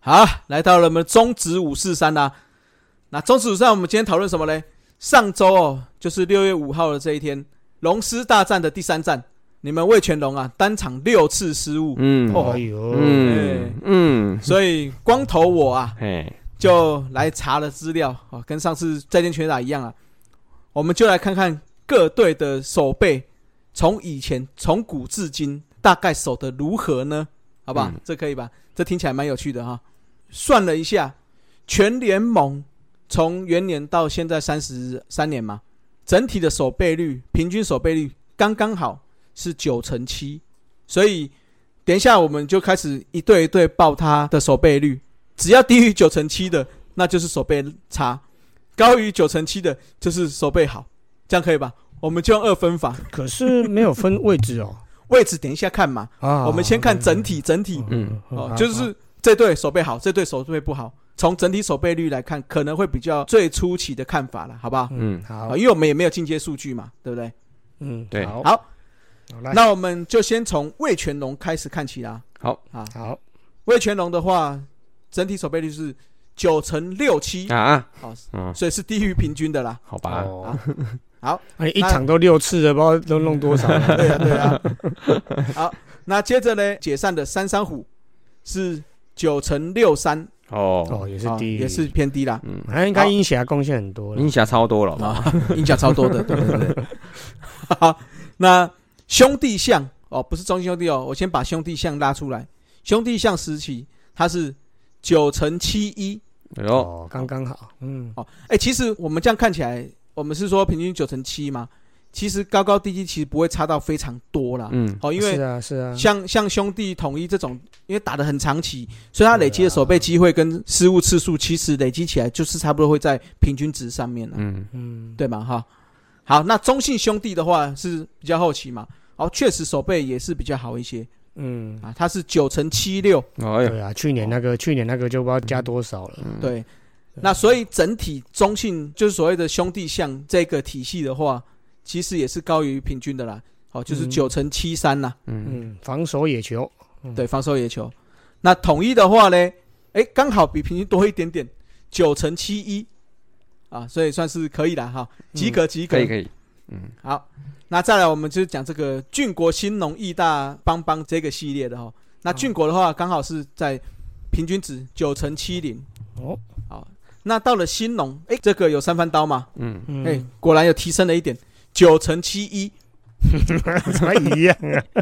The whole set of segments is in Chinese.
好，来到了我们中指五四三啦。那中指五四三，我们今天讨论什么嘞？上周哦，就是六月五号的这一天，龙狮大战的第三战，你们魏全龙啊，单场六次失误，嗯哦哎哎呦，嗯嗯，所以光头我啊，嘿，就来查了资料哦，跟上次再见全垒打一样啊，我们就来看看各队的守备，从以前从古至今大概守的如何呢？好吧，嗯这可以吧？这听起来蛮有趣的哈。算了一下，全联盟从元年到现在三十三年嘛，整体的守备率，平均守备率刚刚好是九成七，所以等一下我们就开始一对一对报他的守备率，只要低于九成七的，那就是守备差；高于九成七的，就是守备好，这样可以吧？我们就用二分法，可是没有分位置哦。位置等一下看嘛，啊，我们先看整体，整体嗯，嗯哦，好就是这队守备好，这队守备不好，从整体守备率来看，可能会比较最初期的看法了，好不好？嗯好啊，，因为我们也没有进阶数据嘛，对不对？嗯，对好，好，来，那我们就先从魏全龙开始看起啦。好啊，好，魏全龙的话，整体守备率是九乘六七，啊，好，嗯，所以是低于平均的啦。好吧，哦， 好，哎，一场都六次了，不知道都弄多少 了。对啊，对啊。好，那接着呢，解散的三三虎是九乘六三，哦，哦，也是啊，第一，哎也是，偏低啦。嗯，他应该英侠贡献很哦多了音。响超多了，啊，影响超多的，对对对。好，那兄弟象哦，不是中心兄弟哦，我先把兄弟象拉出来。兄弟象时期，它是九乘七一。然后哦，刚刚好，嗯，哎，其实我们这样看起来，我们是说平均九乘七嘛，其实高高低低其实不会差到非常多啦。嗯，哦，因为是啊，是啊，像像兄弟统一这种，因为打得很长期，所以他累积的守备机会跟失误次数，其实累积起来就是差不多会在平均值上面了、嗯嗯，对嘛哈。好，那中信兄弟的话是比较后期嘛，哦，确实守备也是比较好一些嗯，啊，他是九乘七六，哎呦，对啊，去年那个，去年那个就不知道加多少了。对，那所以整体中信就是所谓的兄弟象这个体系的话，其实也是高于平均的啦，哦，就是嗯九乘七三啦，嗯，嗯，防守野球，对，防守野球。那统一的话呢，哎，刚好比平均多一点点，九乘七一，啊，所以算是可以了哈，及格及格。嗯可以可以，嗯，好，那再来我们就是讲这个郡国兴农义大帮帮这个系列的哈。那郡国的话，刚好是在平均值九乘七零。哦，好，那到了兴农，哎，这个有三番刀嘛？嗯，哎、 嗯，果然有提升了一点，九乘七一。怎么一样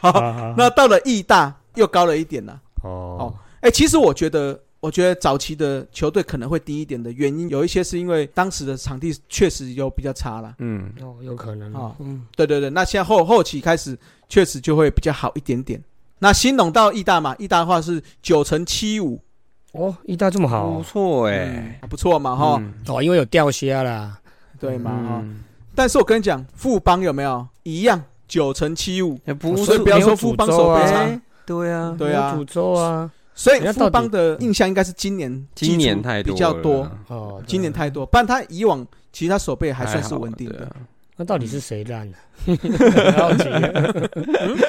好，嗯啊？那到了义大又高了一点了。哦，哎、其实我觉得，我觉得早期的球队可能会低一点的原因，有一些是因为当时的场地确实有比较差啦。嗯，哦，有可能哦哦，嗯，对对对，那现在后后期开始确实就会比较好一点点。那新农到义大嘛，义大的话是九乘七五，哦，意大这么好不哦错嗯哎，还不错嘛哈、嗯哦，因为有钓虾啦，对嘛哈、嗯但是我跟你讲，富邦有没有一样九乘七五？哎，不所以是不要没有说富邦诅咒守备啊差，哎对啊，对啊有诅咒啊，所以人家到富底邦的印象应该是今年今年基础太多比较了多，啦，哦，今年对太多，不然他以往其实他守备还还算是好稳定的对。啊那到底是谁烂了？啊 很好奇啊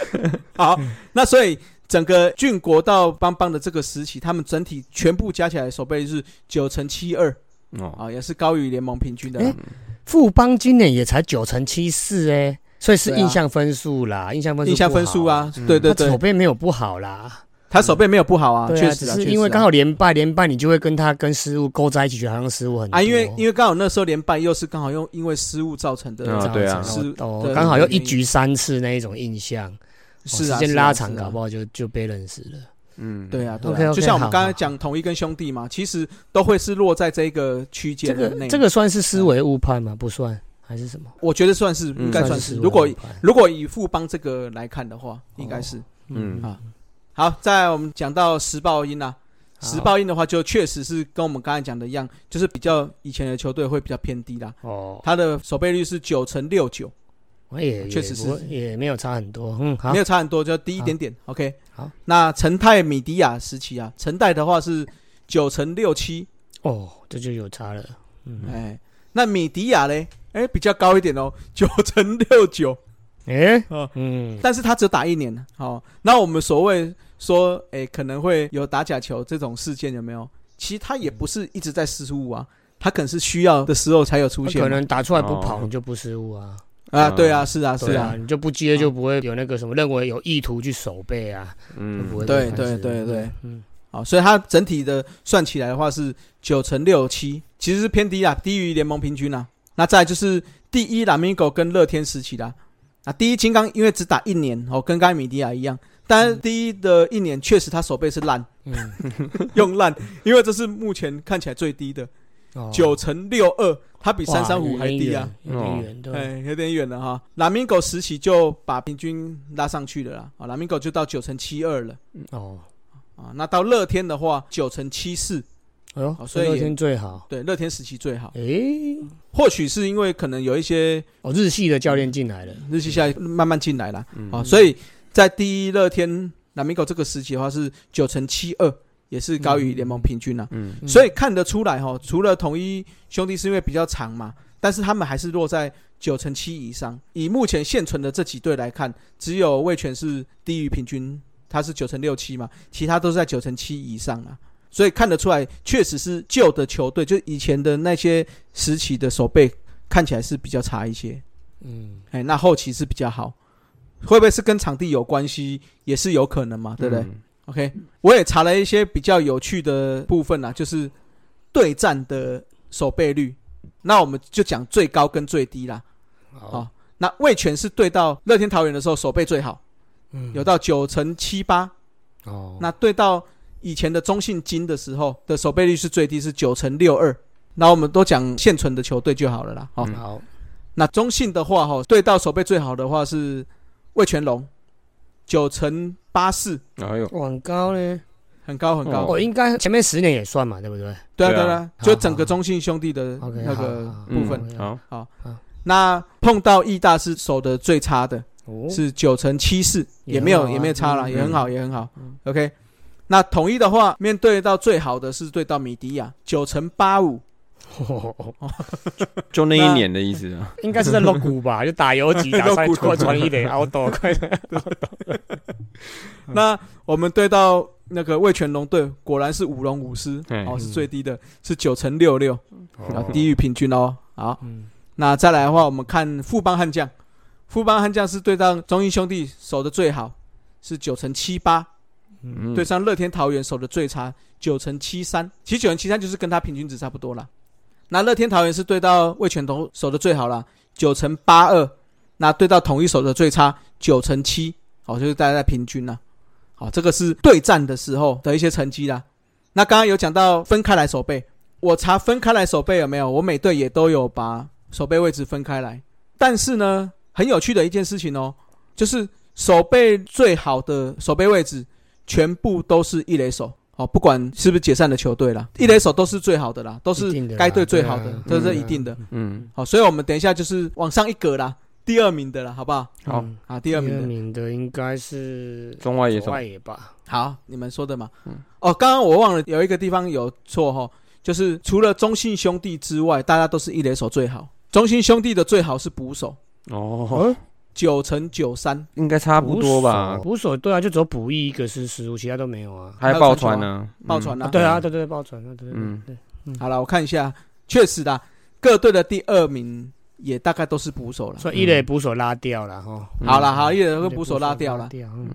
好，那所以整个郡国到邦邦的这个时期，他们整体全部加起来守备率是九乘七二哦，啊，也是高于联盟平均的啦。诶富邦今年也才九乘七四哎，所以是对啊印象分数啦，印象分数，啊印象分数，啊，嗯对对他手对，背没有不好啦，他手背没有不好啊，对确啊，实只啊是确因实为啊刚好连败，连败你就会跟他跟失误勾在一起，觉得好像失误很多啊，因为因为刚好那时候连败又是刚好用因为失误造成的啊这样对啊子失哦对，刚好又一局三次那一种印象，哦是啊时间拉长，是啊搞不好就就 balance 了。嗯，对啊，对啊， OK，OK，就像我们好刚才好讲统一跟兄弟嘛，其实都会是落在这个区这间的个内。这个算是思维误判吗？不算，还是什么？我觉得算是，嗯应该算是是。思维如果误判如果以富邦这个来看的话，应该是。嗯啊好，再来我们讲到时报音啦、好时报音的话，就确实是跟我们刚才讲的一样，就是比较以前的球队会比较偏低啦。哦，他的守备率是九乘六九，我也啊确实是也不也没有差很多。嗯，好没，有差很多，就低一点点。OK，好。那陈泰米迪亚时期啊，陈泰的话是九乘六七，哦，这就有差了。嗯，哎，那米迪亚嘞，哎，比较高一点哦，九乘六九，哎哦，嗯，但是他只有打一年，好、那我们所谓说，哎、可能会有打假球这种事件，有没有？其实他也不是一直在失误啊，他可能是需要的时候才有出他现嘛。可能打出来不跑，哦你就不失误啊。啊，对啊，是啊，是对啊，啊，你就不接就不会有那个什么认为有意图去守备啊，就不嗯会对被判对失误对对，嗯，好，所以它整体的算起来的话是九乘六七，其实是偏低啦，低于联盟平均啦。那再来就是第一拉米狗跟乐天时期啦，啊，第一金刚因为只打一年哦，跟盖米迪亚一样，但是第一的一年确实他手背是烂，嗯， 用烂，因为这是目前看起来最低的哦 九乘六二，它比哇三三五还低啊。有点远有点远，对，哎，有点远了哈。拉米狗时期就把平均拉上去了啦，啊，拉米狗就到九乘七二了哦，啊。那到乐天的话，九乘七四，哎呦，哦所以乐天最好，对，乐天时期最嗯好。诶，或许是因为可能有一些哦，日系的教练进来了，日系下慢慢进来了嗯啊，所以在第一乐天南米狗这个时期的话是九乘七二，也是高于联盟平均啊了、嗯嗯所以看得出来哈、哦，除了统一兄弟是因为比较长嘛，但是他们还是落在九乘七以上。以目前现存的这几队来看，只有味全是低于平均，它是九乘六七嘛，其他都是在九乘七以上啊。所以看得出来，确实是旧的球队，就以前的那些时期的手背看起来是比较差一些。嗯，哎，那后期是比较好，会不会是跟场地有关系，也是有可能嘛，对不对、？o k 我也查了一些比较有趣的部分啊，就是对战的守备率。那我们就讲最高跟最低啦。好，那魏权是对到乐天桃园的时候守备最好，嗯有到九成七八。哦，那对到以前的中信金的时候的守备率是最低是九成六二。那我们都讲现存的球队就好了啦。好、嗯好，那中信的话，哈，对到手背最好的话是魏全龙，九乘八四，哎呦，哇很高呢，很高很高。哦哦，应该前面十年也算嘛，对不对对啊对对啊啊，好就整个中信兄弟的？OK，那好个好部分。嗯好，那碰到义大是守的最差的，哦，是九乘七四，也也没很有好啊也没有差了，嗯也很好也很好嗯。 OK，那统一的话，面对到最好的是对到米迪亚，九乘八五。就那一年的意思啊。 应该是在 l o g 吧，就打游击打出来过传一点 out 快点，嗯那我们对到那个魏全龙队，果然是舞龙舞狮，嗯哦，是最低的，是九乘六六，哦然好后低于平均哦。好，嗯，那再来的话，我们看富邦悍将，富邦悍将是对上中英兄弟守的最好，是九乘七八；嗯对，上乐天桃园守的最差，九乘七三。其实九乘七三就是跟他平均值差不多啦。那乐天桃园是对到魏全同守的最好啦，九乘八二；那对到统一守的最差，九乘七。好，就是大家在平均啦。好，这个是对战的时候的一些成绩啦。那刚刚有讲到分开来守备，我查分开来守备有没有？我每队也都有把守备位置分开来。但是呢，很有趣的一件事情哦，就是守备最好的守备位置，全部都是一垒手哦，不管是不是解散的球队啦，一垒手都是最好的啦，都一是定的啦该队最好对的啊，这是嗯一定的。嗯，好，所以我们等一下就是往上一格啦，第二名的啦，好不好？好，嗯啊，第第二二名的，名的应该是中外野左手，外野吧，好，你们说的嘛。嗯哦，刚刚我忘了有一个地方有错哈、就是除了中信兄弟之外，大家都是一垒手最好。中信兄弟的最好是捕手，哦，哦，九乘九三，应该差不多吧捕手？捕手对啊，就只有补一一个是失误，其他都没有啊。还有爆船呢，爆传啊啦、对啊，对对对，爆传啊，对对嗯对，好了，我看一下，确实啦，各队的第二名也大概都是捕手了。所以一垒捕手拉掉了哈，嗯嗯好了，，好，一垒一跟垒捕手拉掉了。嗯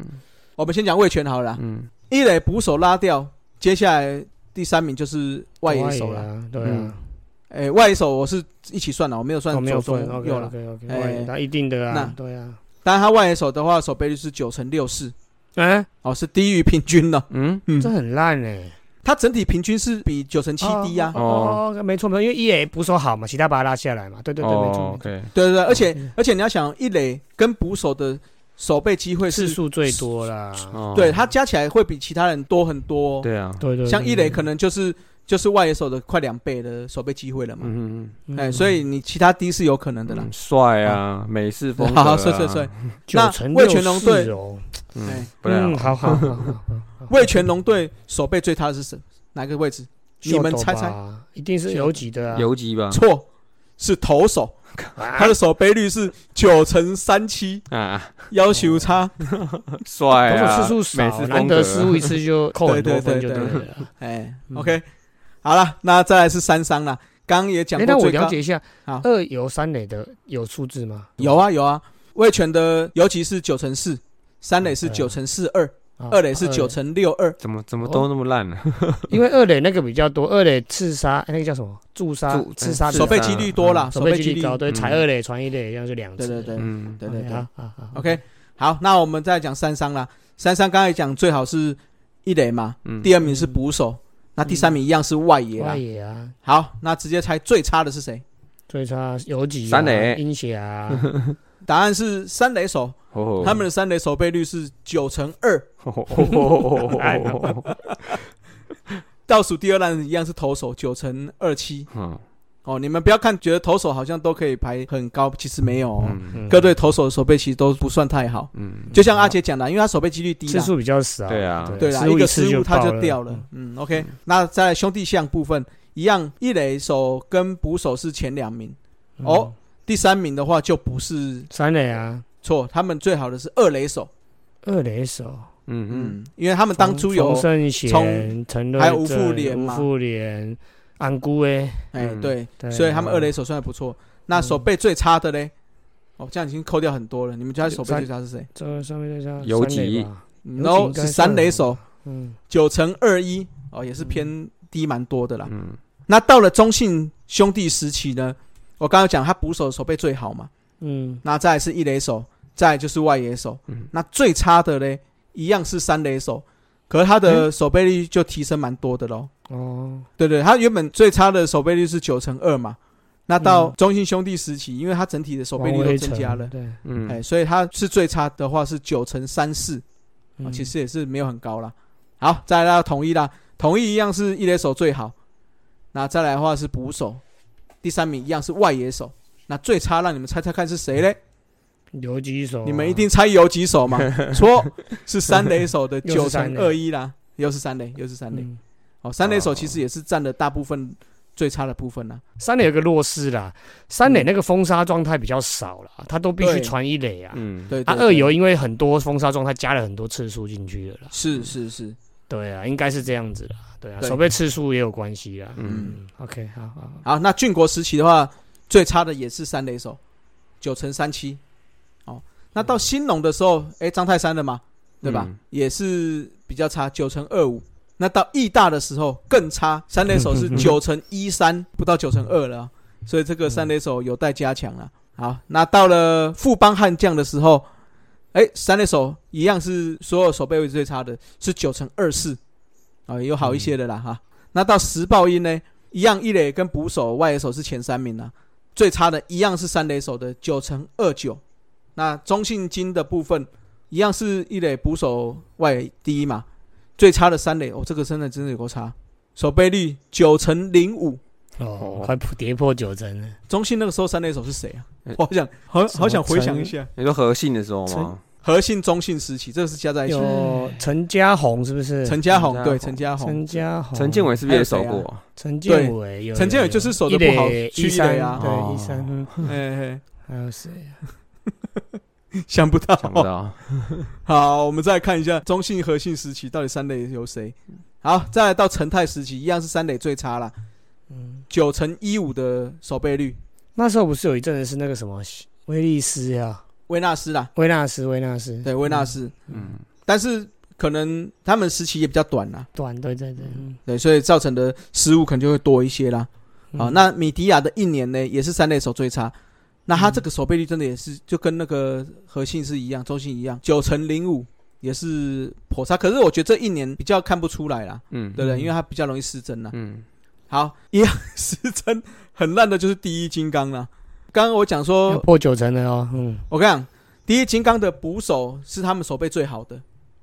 我们先讲卫权好了啦，嗯，一垒捕手拉掉，接下来第三名就是外野手了。啊，对啊，哎、外野手我是一起算了，我没有算哦没有左分中，OK 右了。 OK OK，哎外野那一定的啊那，对啊，当然，他外野手的话，守备率是九乘六四，哎，哦，是低于平均的。嗯，嗯这，很烂哎，他整体平均是比九乘七低啊呀、哦哦，哦没错没错，因为一垒捕手好嘛，其他把他拉下来嘛，对对对，没哦错没错， ，OK，对对对，而且、嗯而且你要想，一垒跟捕手的守备机会次是，数最多啦，哦对他加起来会比其他人多很多、哦。对啊，对对，对像一垒可，能就是就是外野手的快两倍的守备机会了嘛。嗯嗯对哎，所以你其他低是有可能的啦嗯，。帅啊，美式风格好啊，好帅帅帅那九成味六全龙队四哦，嗯哎，不太嗯，好，好好好好，魏全龙队守备最差的是什哪个位置？你们猜猜秀斗吧，一定是游击的啊，啊游击吧，错，是投手，他的守备率是九成三七，啊，要求差。帅投啊！手次数美少，式难风得格失误一次就扣很多分就对对了。哎、嗯 o k 好了，那再来是三商啦，刚刚也讲哎，过那我最了高解一下好，二游三垒的有数字吗？有啊有啊，味全的尤其是九乘四，三垒是嗯九乘四二，啊，二垒是九乘六二，怎么怎么都那么烂呢？二垒，因为二垒那个比较多，二垒刺杀那个叫什么助杀哎助、刺杀嗯守的手备背几率多啦，嗯守啊守备备几几率率高，对，嗯踩二垒传一垒，这样就两对次。对对嗯，对对对啊啊啊 OK，好，那我们再讲三商啦。三商刚才讲最好是一垒嘛，嗯第二名是捕手，那第三名一样是外野啦外。野啊，好，那直接猜最差的是谁？最差游击啊、三垒阴血啊，答案是三垒手，哦，他们的三垒守备率是九乘二，嗯倒数第二烂一样是投手九乘二七。嗯哦，你们不要看觉得投手好像都可以排很高，其实没有、哦，嗯嗯各队投手的守备其实都不算太好。嗯， 就像阿杰讲的，因为他守备几率低次啦，数比较少，对啊对啦，失误一个次失误他爆就掉了。嗯，OK，那在兄弟象部分一样，一垒手跟捕手是前两名，嗯哦第三名的话就不是三垒啊，错，他们最好的是二垒手。二垒手，嗯嗯嗯，因为他们当初有冯圣贤、从陈乐还正、有吴富连吴嘛富连、安姑诶，哎嗯对，对所以他们二垒手算得不错。那守备最差的嘞，哦，这样已经扣掉很多了。你们觉得守备最差是谁？这上面再加游三垒击吧，然后是三垒手，嗯，九乘二一，哦，也是偏低蛮多的啦。嗯那到了中信兄弟时期呢，我刚刚讲他捕手守备最好嘛，嗯，那再来是一垒手，再来就是外野手。嗯那最差的嘞，一样是三垒手，可是他的守备率就提升蛮多的喽。哦，对对，他原本最差的守备率是九乘二嘛，那到中信兄弟时期，因为他整体的守备率王都威增成加了，对，哎，嗯，所以他是最差的话是九乘三四，哦嗯其实也是没有很高啦。好，再来到统一啦，统一一样是一垒手最好，那再来的话是捕手，第三名一样是外野手。那最差，让你们猜猜看是谁嘞？游击手啊，你们一定猜有几手 嘛？错，是三垒手 的又九是三乘垒二一啦，又是三垒，又是三垒。嗯哦，三垒手其实也是占了大部分最差的部分啦。三垒有个弱势啦，三垒那个封杀状态比较少啦，他都必须嗯对传一垒啊。嗯，对，啊，对二游因为很多封杀状态加了很多次数进去了啦。是是是，对啊，应该是这样子啦。对啊，对守备次数也有关系啦。嗯嗯。啊嗯，OK，好好，好好，那郡国时期的话，最差的也是三垒手，九乘三七。哦，那到兴农的时候，哎，张泰山了嘛，对吧嗯？也是比较差，九乘二五。那到义大的时候更差，三垒手是九乘一三，不到九乘二了啊，所以这个三垒手有待加强了。好，那到了富邦悍将的时候，哎，三垒手一样是所有守备位置最差的，是九乘二四，啊，也有好一些的啦哈。那到时报鹰呢，一样一垒跟捕手、外野手是前三名啦，最差的一样是三垒手的九乘二九。那中信金的部分一样是一垒捕手、外野第一嘛，最差的三垒哦，这个真的真的有够差，守备率九乘零五。哦哦，快破跌破九成了。中信那个时候三垒手是谁啊哎？我好想好什么好想回想陈一下，你说核心的时候吗？核心中信时期，这个是加在一起。有陈嘉宏是不是？陈嘉宏陈嘉对宏陈嘉宏，陈哦嘉宏、陈建、伟是不是也守过？陈建伟有，陈建伟就是守得不好去一一垒三啊对哦一三，嗯哎，还有谁啊？嘿想不到，想不到，好，我们再看一下中信和信时期到底三垒有谁。好，再来到陈泰时期，一样是三垒最差啦，嗯，九乘一五的守备率，那时候不是有一阵子是那个什么威利斯呀、维纳斯啦，维纳斯，维纳斯，对，维纳斯。嗯，但是可能他们时期也比较短啦，短，对对对，嗯对，所以造成的失误可能就会多一些啦。好，嗯那米迪亚的一年呢，也是三垒手最差。那他这个守备率真的也是就跟那个核心是一样，中信一样，九乘零五也是颇差。可是我觉得这一年比较看不出来啦，嗯，对不对？嗯因为他比较容易失真啦。嗯，好，一样失真很烂的就是第一金刚啦。刚刚我讲要说，破九成了哦，嗯我跟你讲，第一金刚的捕手是他们守备最好的，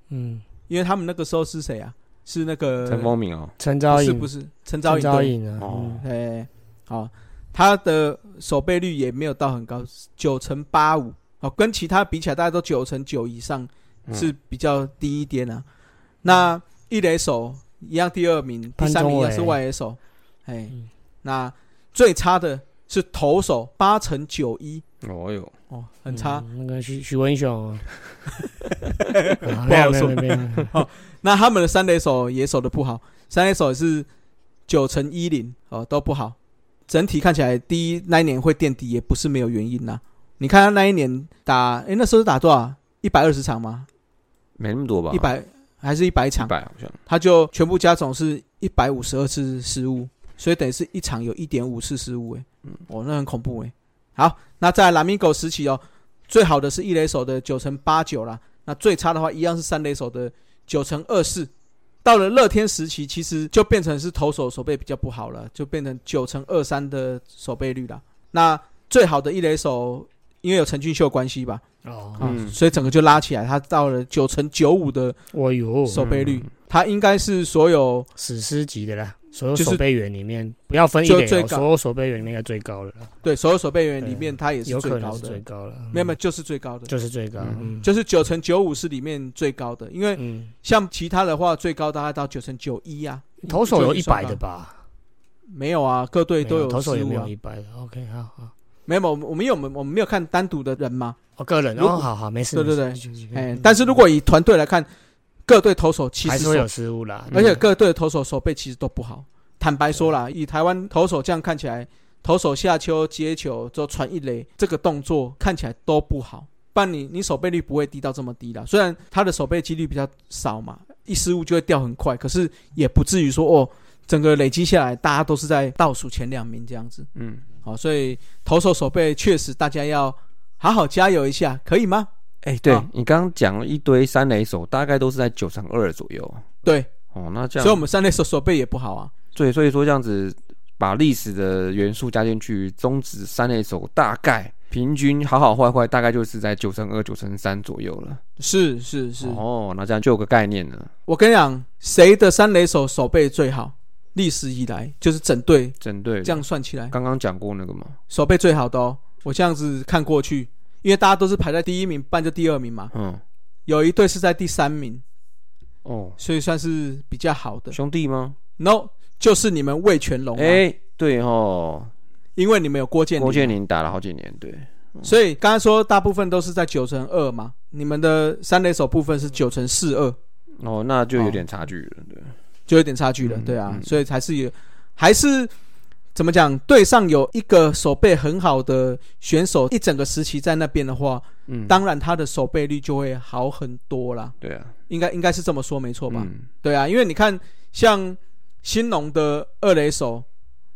嗯，因为他们那个时候是谁啊？是那个陈风明哦，陈不昭是颖不是陈昭陈颖，昭对颖啊，哦嗯哎，好，他的守备率也没有到很高，九乘八五，哦，跟其他比起来，大家都九乘九以上嗯是比较低一点啊。那一垒手一样第二名，第潘三名宗一伟样是外野手，哎嗯，那最差的是投手八成九一，哦哟，哦，很差。嗯那个许许文雄啊，不好说啊没有没有没有没有那他们的三垒手也守的不好，三垒手也是九乘一零哦，都不好。整体看起来，第一那一年会垫底也不是没有原因呐、你看他那一年打，诶，那时候是打多少？一百二十场吗？没那么多吧？一百还是一百一场？百好像，他就全部加总是一百五十二次失误，所以等于是一场有一点五次失误，哎，哦，那很恐怖哎。好，那在拉米狗时期哦，最好的是一垒手的九乘八九啦，那最差的话一样是三垒手的九乘二四。到了乐天时期，其实就变成是投手手背比较不好了，就变成九乘二三的手背率啦。那最好的一垒手，因为有陈俊秀关系吧，哦，啊、嗯所以整个就拉起来，他到了九乘九五的我有手背嗯率，他应该是所有史诗级的啦，所有就是守备员里面不要分一就垒最哦，高所有守备员里面应该最高的了啦，对，所有守备员对里面，他也是有可最能高是最的，高了，没有没有，嗯就是最高的，就是最高，嗯，就是九乘九五是里面最高的，因为嗯，像其他的话，最高大概到九乘九一啊，投手有一百就算高的吧？没有啊，各队没都有有投手失有没误啊有，一百的？OK，好好。没有，我们我们有我们我们没有看单独的人嘛，哦，个人如果哦，好好，没事，对没事对对继续继续哎嗯，但是如果以团队来看，各队投手其还实是会有手，失误啦，而且嗯各队的投手手背其实都不好。坦白说啦，以台湾投手这样看起来，投手下丘接球之后传一垒这个动作看起来都不好，不然你你手背率不会低到这么低啦。虽然他的手背几率比较少嘛，一失误就会掉很快，可是也不至于说哦，整个累积下来大家都是在倒数前两名这样子。嗯，好、所以投手手背确实大家要好好加油一下，可以吗？哎，对啊你刚刚讲了一堆三垒手，大概都是在九乘二左右。对，哦，那这样，所以我们三垒手手背也不好啊。对，所以说这样子把历史的元素加进去，终止三垒手大概平均好好坏坏大概就是在九乘二、九乘三左右了。是是是，哦，那这样就有个概念了，我跟你讲，谁的三垒手手背最好？历史以来就是整队针对这样算起来，刚刚讲过那个嘛，手背最好的哦。我这样子看过去，因为大家都是排在第一名，半就第二名嘛。嗯，有一队是在第三名，哦，所以算是比较好的。兄弟吗？ No，就是你们魏全龙、啊，哎、对哦，因为你们有郭建林，郭建林打了好几年，对，所以刚才说大部分都是在九乘二嘛。你们的三垒手部分是九乘四二，哦，那就有点差距了，对，就有点差距了，嗯对啊，嗯所以还是有，还是怎么讲？队上有一个手背很好的选手，一整个时期在那边的话，嗯，当然他的手背率就会好很多啦。对啊，应该应该是这么说没错吧？嗯对啊，因为你看像兴农的二垒手，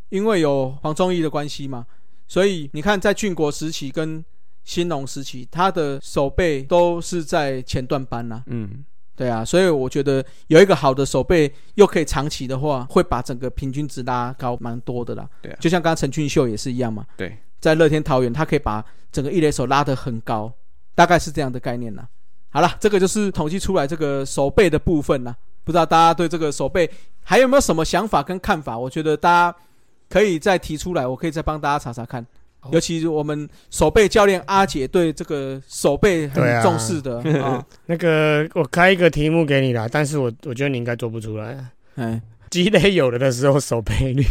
因为有黄忠义的关系嘛，所以你看在俊国时期跟兴农时期，他的手背都是在前段班啦、嗯，对啊，所以我觉得有一个好的手背，又可以长期的话，会把整个平均值拉高蛮多的啦。对啊就像刚刚陈俊秀也是一样嘛。对，在乐天桃园，他可以把整个一垒手拉得很高，大概是这样的概念啦。好啦，这个就是统计出来这个手背的部分啦。不知道大家对这个手背还有没有什么想法跟看法？我觉得大家可以再提出来，我可以再帮大家查查看。好尤其我们手背教练阿姐对这个手背对啊很重视 的啊，那个我开一个题目给你啦，但是我我觉得你应该做不出 来。哎、积累有了的时候守备率，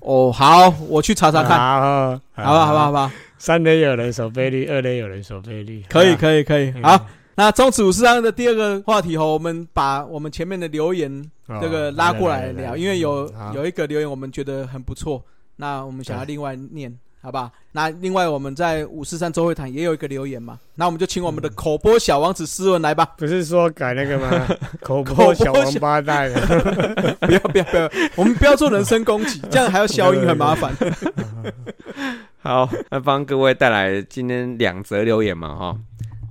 哦， 好，我去查查啊看，好，好啊吧，好吧，好，吧，三垒有人守备率，二垒有人守备率，可以，好吧可以，可以。嗯好，那中指五四三的第二个话题哦，我们把我们前面的留言哦这个拉过来来嗯聊，因为有好有一个留言我们觉得很不错，那我们想要另外念，好吧？那另外我们在五四三周会堂也有一个留言嘛，那我们就请我们的口播小王子斯文来 吧。不是说改那个 吗？口口播播小王八蛋，啊不要不要不要，我们不要做人身攻击，这样还要消音很麻烦。好，那帮各位带来今天两则留言嘛，哈。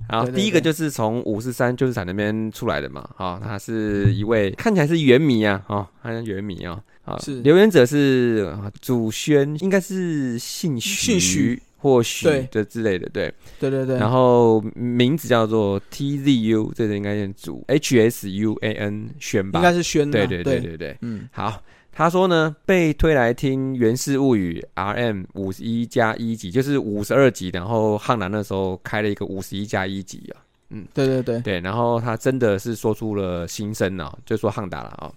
好，对对第一个对就是从五四三救世产那边出来的嘛，好、他是一位看起来是原迷啊，哦，他是原迷啊，啊、是留言者是呃祖轩，应该是姓徐，姓徐或许对这之类的，对，对对对，然后名字叫做 TZU，这个应该念祖 HSUAN 轩吧应，该是轩啊，对对对对对，嗯，好，他说呢，被推来听《源氏物语》RM 五十一加一集，就是五十二集，然后汉南那时候开了一个五十一加一集啊，对对对，对，然后他真的是说出了心声啊，就说汉达了啊、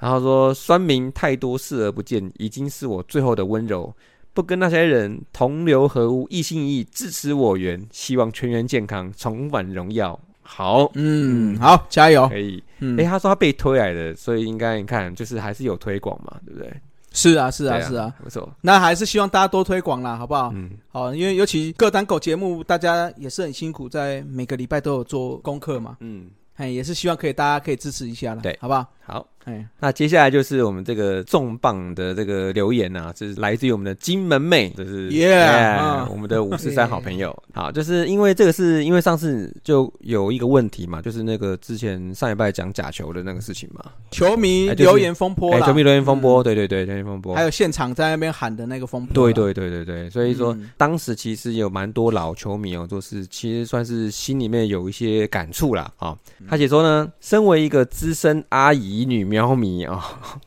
然后说酸民太多，视而不见，已经是我最后的温柔。不跟那些人同流合污，一心一意支持我源，希望全员健康，重返荣耀。好，嗯，好，加油。可以。嗯哎、，他说他被推来的，所以应该你看，就是还是有推广嘛，对不对？是啊，是啊，对是啊。，不错。那还是希望大家多推广啦，好不好？嗯，好，因为尤其各单口节目，大家也是很辛苦，在每个礼拜都有做功课嘛，嗯，哎，也是希望可以大家可以支持一下啦，对好不好？好。哎，那接下来就是我们这个重磅的这个留言啊，就是来自于我们的金门妹，就是 Yeah， Yeah，啊我们的五四三好朋友。 好，就是因为这个是因为上次就有一个问题嘛，就是那个之前上一拜讲假球的那个事情嘛，球迷哎就是留言风波哎，啦，嗯球迷留言风波，对对对，留言风波，还有现场在那边喊的那个风波，对，对对对对，所以说、嗯当时其实有蛮多老球迷哦，就是其实算是心里面有一些感触啦啊、嗯他写说呢，身为一个资深阿姨女喵迷啊、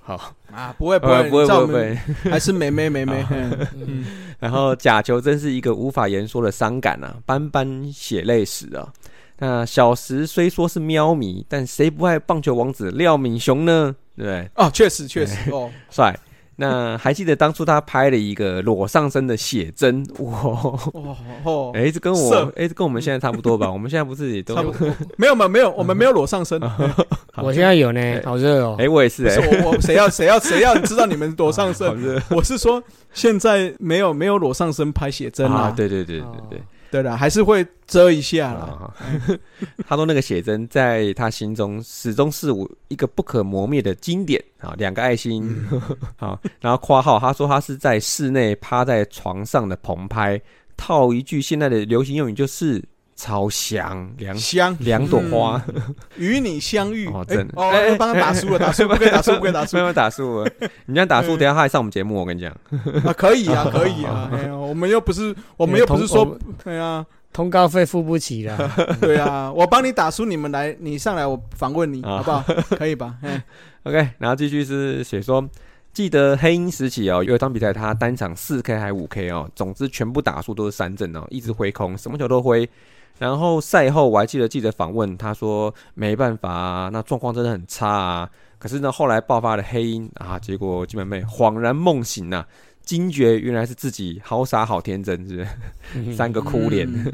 好，啊， 不会不呃会不会你知不道我会啊不们会， 还是美美美美，嗯然后假球真是一个无法言说的伤感啊，斑斑血泪史啊。那小时虽说是喵迷，但谁不爱棒球王子廖敏雄呢？对不对，哦，确实确实哦，帅。那还记得当初他拍了一个裸上身的写真，哇！哦哦， 哎、这跟我色哎、这跟我们现在差不多吧？我们现在不是也都差不 多，没有没有没有，我们没有裸上身，我现在有呢，好热哦哎、。我也是不哎、是我我谁要谁要谁要知道你们啊裸上身？热我是说现在没有没有裸上身拍写真啊！啦，对对对对对，对啦，还是会遮一下啦。啊， 他说那个写真在他心中始终是我一个不可磨灭的经典啊，两个爱心， 好，然后括号他说他是在室内趴在床上的棚拍，套一句现在的流行用语就是超香两香嗯两朵花，与你相遇，哦哎真的哦哎哎，帮他打输了，打输不可以打输，不可以打输 没有打输了，你这样打输，等一下他还上我们节目，我跟你讲，啊！可以啊，可以啊！哎呀，我们又不是，我们又不是同说，对啊，哎通告费付不起了。 对啊，我帮你打输，你们来，你上来，我访问你，啊好不好？可以 吧？哎 OK，然后继续是写说，记得黑鹰时期哦，有一场比赛他单场四 K 还五 K 哦，总之全部打数都是三振哦，一直挥空，什么球都挥。然后赛后我还记得记者访问他说，没办法啊，那状况真的很差啊。可是呢，后来爆发了黑鹰啊，结果基本妹恍然梦醒呐、惊觉原来是自己好傻好天真，是不是？ 三个哭脸。嗯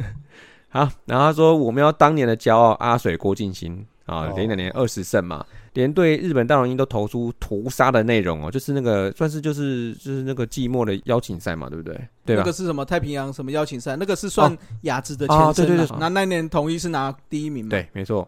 好，然后他说我们要当年的骄傲阿水郭敬兴啊哦，零两年二十胜嘛，连对日本大龙鹰都投出屠杀的内容哦，就是那个算是就是就是那个季末的邀请赛嘛，对不对？对那吧个？是什么太平洋什么邀请赛？那个是算雅致的前哦对身对啊对。那那年统一是拿第一名嘛？，对，没错。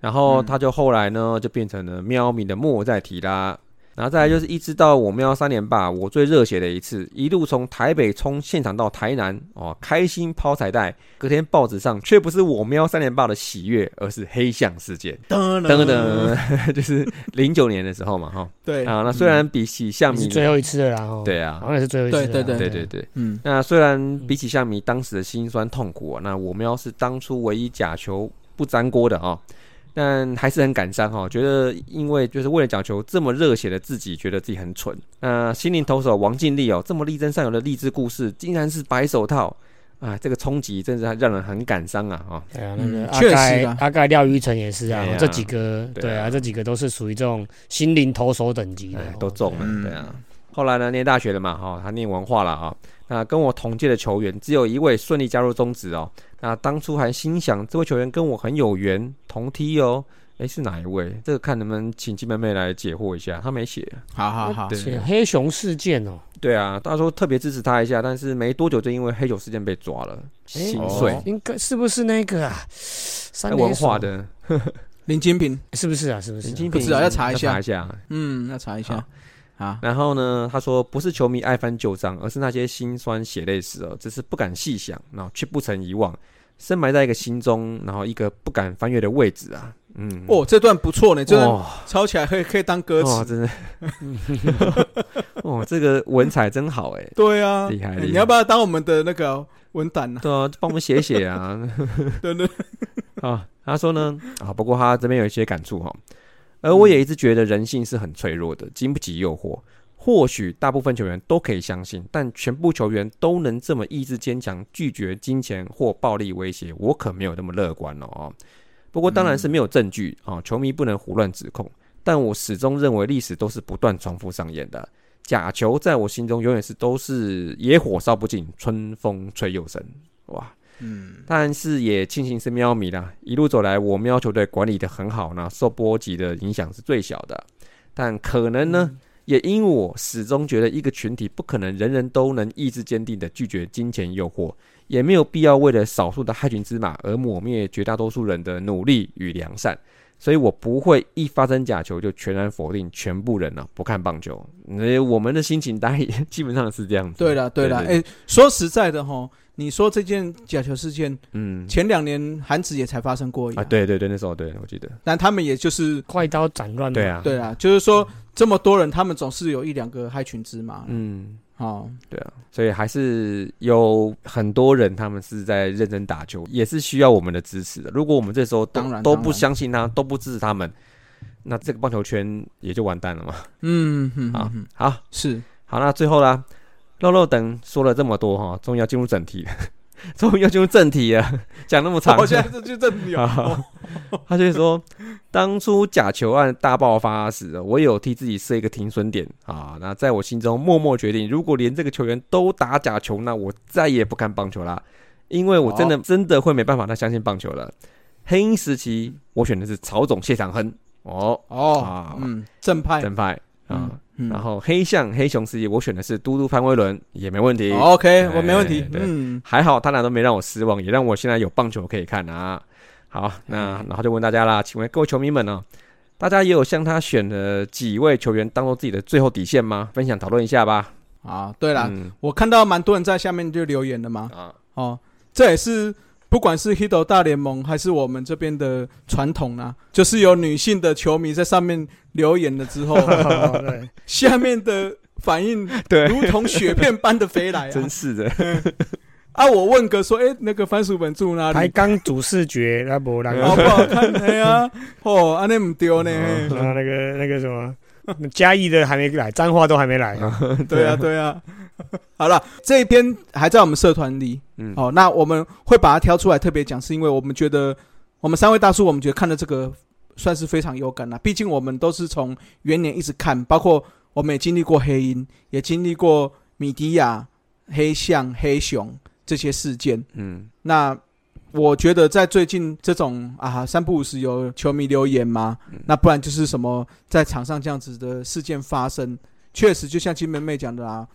然后嗯他就后来呢，就变成了喵米的莫再提啦。然后再来嗯就是一直到我喵三连霸，我最热血的一次，一路从台北冲现场到台南，哦，开心抛彩带。隔天报纸上却不是我喵三连霸的喜悦，而是黑象事件。 噔噔，噔， 就是零九年的时候嘛，哈对啊，那虽然比起象嗯你迷是，最后一次了啦，哦，，对好啊，像也是最后一次了啦。对对对对对，嗯，那虽然比起象迷当时的辛酸痛苦啊，那我们要是当初唯一假球不粘锅的啊，但还是很感伤哈，觉得因为就是为了假球这么热血的自己，觉得自己很蠢。那心灵投手王进力哦，这么力争上游的励志故事，竟然是白手套啊，这个冲击真是让人很感伤啊啊，对啊，那个嗯阿确实盖啊阿盖廖玉成也是啊哎呀，这几个对啊对啊，这几个都是属于这种心灵投手等级的哎，，哦都中嗯了，对啊。后来呢，念大学的嘛，哈、他念文化了啊、那跟我同届的球员，只有一位顺利加入中职哦。那当初还心想，这位球员跟我很有缘，同梯哦。哎，是哪一位？这个看能不能请金妹妹来解惑一下，她没写。好好好对，是黑熊事件哦，对啊，大家说特别支持他一下，但是没多久就因为黑球事件被抓了，哎心哦碎。哦应该是不是那个啊？三哎连文手化的林金平，是不是啊？是不是林啊？金不平知道要查一下查一下。嗯，要查一下啊。然后呢，他说不是球迷爱翻旧账，而是那些辛酸血泪史哦，只是不敢细想，然后却不曾遗忘，深埋在一个心中，然后一个不敢翻越的位置啊。嗯，哦哦，这段不错呢，这段哇抄起来可以可以当歌哇，词。真的， 哇，这个文采真好哎。对啊，厉害哎厉害你要不要当我们的那个文胆呢？对啊，帮我们写写啊。对 对，啊，他说呢，啊，不过他这边有一些感触哈，而我也一直觉得人性是很脆弱的，经不起诱惑。或许大部分球员都可以相信，但全部球员都能这么意志坚强，拒绝金钱或暴力威胁，我可没有那么乐观哦。哦不过当然是没有证据啊、哦球迷不能胡乱指控。但我始终认为历史都是不断重复上演的。假球在我心中永远是都是野火烧不尽，春风吹又生。哇，嗯，但是也庆幸是喵迷啦，一路走来，我喵球队管理的很好呢，受波及的影响是最小的。但可能呢，嗯也因为我始终觉得一个群体不可能人人都能意志坚定的拒绝金钱诱惑，也没有必要为了少数的害群之马而抹灭绝大多数人的努力与良善。所以我不会一发生假球就全然否定全部人了、啊不看棒球。那我们的心情大概也基本上是这样子。对了对了，哎、说实在的哈，你说这件假球事件，嗯，前两年韩职也才发生过一、啊，，对对对，那时候对我记得，但他们也就是快刀斩乱麻。 对啊，嗯对啦，就是说这么多人，他们总是有一两个害群之马，嗯，哦，对啊，所以还是有很多人他们是在认真打球，也是需要我们的支持的。如果我们这时候当都然都当不然相信他，都不支持他们，那这个棒球圈也就完蛋了嘛。嗯嗯啊嗯，好是好，那最后啦，肉肉等说了这么多哈，终于要进入正题了， 终于要进入正题了，讲那么长，哦我现在这就正有，啊， 他就说，当初假球案大爆发时，我有替自己设一个停损点啊。那在我心中默默决定，如果连这个球员都打假球，那我再也不看棒球啦，因为我真哦的、真的会没办法再相信棒球了。黑鹰时期，我选的是曹总谢长亨哦，啊哦，嗯，正派，正派啊。嗯然后黑象黑熊时期，我选的是嘟嘟潘威伦，也没问题。哦，OK，我没问题哎，对嗯，还好他俩都没让我失望，也让我现在有棒球可以看啊。好，那嗯然后就问大家啦，请问各位球迷们呢、哦大家也有像他选的几位球员当做自己的最后底线吗？分享讨论一下吧。啊，对啦，嗯我看到蛮多人在下面就留言的嘛，啊，哦，这也是不管是 Hito 大联盟还是我们这边的传统啦、就是有女性的球迷在上面留言了 之后，哦对，下面的反应对如同雪片般的飞来啊 真！是的，啊，我问个说，哎，那个番薯本住哪台里？钢主视觉那不那啊个好不好看？哎呀，哦，安尼唔丢呢？嗯嘿然后那个那个什么。嘉义的还没来，彰化都还没来， 对啊，对啊。 好了，这一篇还在我们社团里，嗯，哦，那我们会把它挑出来特别讲，是因为我们觉得我们三位大叔，我们觉得看了这个算是非常有感了。毕竟我们都是从元年一直看，包括我们也经历过黑鹰，也经历过米迪亚、黑象、黑熊这些事件。嗯，那我觉得在最近这种啊三不五时有球迷留言嘛，嗯那不然就是什么在场上这样子的事件发生，确实就像金门妹讲的啊，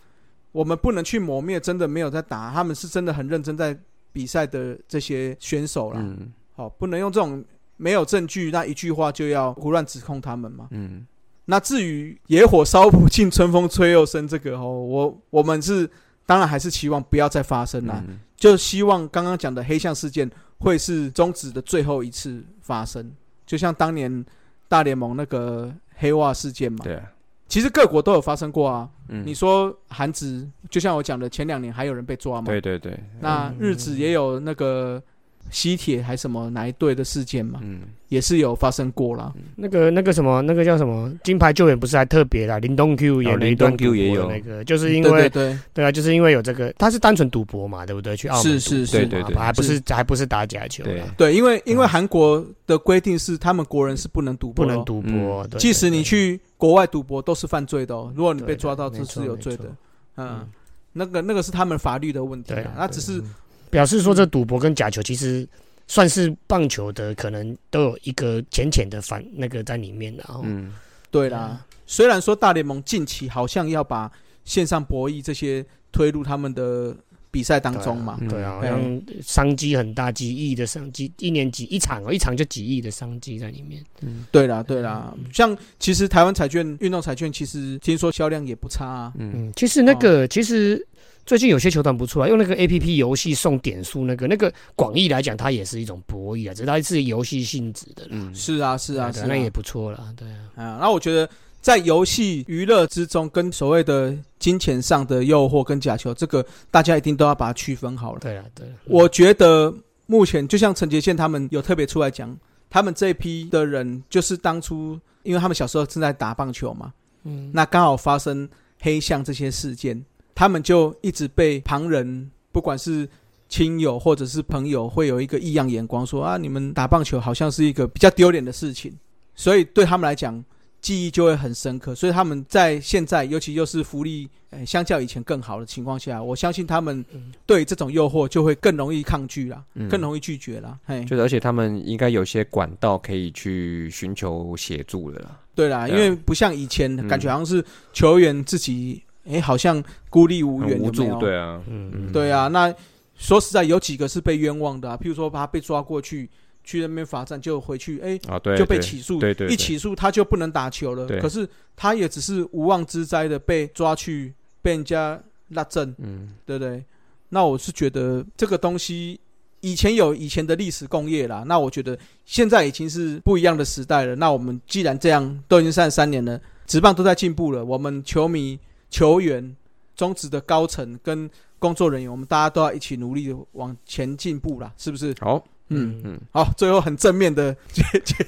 我们不能去磨灭真的没有在打，他们是真的很认真在比赛的这些选手啦，嗯，好、不能用这种没有证据那一句话就要胡乱指控他们嘛。嗯，那至于野火烧不尽，春风吹又生这个哦，我我们是当然还是期望不要再发生啦。嗯就希望刚刚讲的黑象事件会是终止的最后一次发生，就像当年大联盟那个黑袜事件嘛。对啊，其实各国都有发生过啊。嗯，你说韩职，就像我讲的，前两年还有人被抓嘛。啊对对对，那日职也有那个西铁还什么哪一队的事件嘛，嗯，也是有发生过啦。那个那个什么那个叫什么金牌救援不是还特别啦，林东 Q 也哦那林一段东 Q 赌博也有的那个，就是因对为对对，对啊，就是因为有这个，他是单纯赌博嘛，对不对？去澳是门赌是对是对。嘛还不是还不是打假球啦，对对，因为因嗯为韩国的规定是他们国人是不能赌博不的哦，能赌博。对即使你对对去国外赌博都是犯罪的哦，如果你对被的抓到，没这错是有没罪错的。嗯嗯，那个那个是他们法律的问题对啊啊，那只是表示说，这赌博跟假球其实算是棒球的，可能都有一个浅浅的反那个在里面的哦。嗯，对啊啦。虽然说大联盟近期好像要把线上博弈这些推入他们的比赛当中嘛，对啊，嗯好像商机很大，几亿的商机，一年几一场哦，一场就几亿的商机在里面。对啦对啦。嗯像其实台湾彩券运动彩券，其实听说销量也不差啊。嗯，嗯，其实那个、其实最近有些球团不错啊，用那个 A P P 游戏送点数，那个那个广义来讲，它也是一种博弈啊，只是它是游戏性质的啦。嗯，是啊是啊是对啊那，也不错啦，对啊，啊，那我觉得在游戏娱乐之中，跟所谓的金钱上的诱惑跟假球，这个大家一定都要把它区分好了。对啊，对啊。我觉得目前就像陈杰宪他们有特别出来讲，他们这一批的人就是当初，因为他们小时候正在打棒球嘛，嗯，那刚好发生黑象这些事件，他们就一直被旁人，不管是亲友或者是朋友，会有一个异样眼光说，啊，你们打棒球好像是一个比较丢脸的事情，所以对他们来讲，记忆就会很深刻。所以他们在现在，尤其又是福利，呃，相较以前更好的情况下，我相信他们对这种诱惑就会更容易抗拒啦，嗯更容易拒绝啦。嘿，就是而且他们应该有些管道可以去寻求协助的啦。对啦，对因啊为不像以前，嗯感觉好像是球员自己，哎、好像孤立无援，很无有没有助，对啊，嗯，对啊，那说实在，有几个是被冤枉的啊，譬如说把他被抓过去，去那边罚站，就回去，哎、啊对，就被对起诉，对对对一起诉他就不能打球了。对可是他也只是无妄之灾的被抓去，被人家拉正，嗯对不对？那我是觉得这个东西以前有以前的历史工业啦，那我觉得现在已经是不一样的时代了。那我们既然这样，都已经三十三年了，职棒都在进步了，我们球迷、球员、中职的高层跟工作人员，我们大家都要一起努力的往前进步啦，是不是？好嗯，嗯，啊嗯好，最后很正面的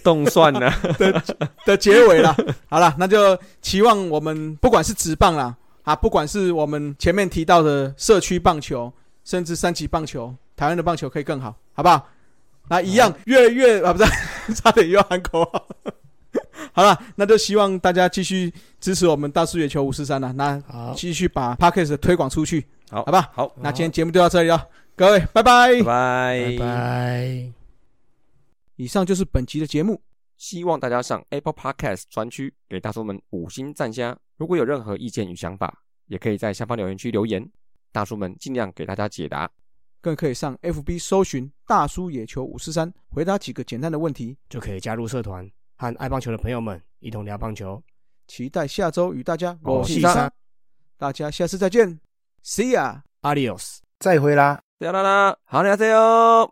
动算呢， 的结尾啦。好啦，那就期望我们不管是职棒啦，啊，不管是我们前面提到的社区棒球，甚至三级棒球，台湾的棒球可以更好，好不好？那一样越来越啊，不是， 差点又要喊口号。好了，那就希望大家继续支持我们大叔野球五四三了，那好，继续把 Pockets 推广出去，好好吧？好，那今天节目就到这里了，各位，拜拜拜。拜哎拜拜。以上就是本集的节目。希望大家上 Apple Podcast 专区给大叔们五星赞加。如果有任何意见与想法，也可以在下方留言区留言，大叔们尽量给大家解答。更可以上 FB 搜寻“大叔野球五四三”，回答几个简单的问题。就可以加入社团，和爱棒球的朋友们一同聊棒球。期待下周与大家我我是是三三，大家下次再见，See ya。 Adios。再会啦。啦啦啦，好，你好，加油！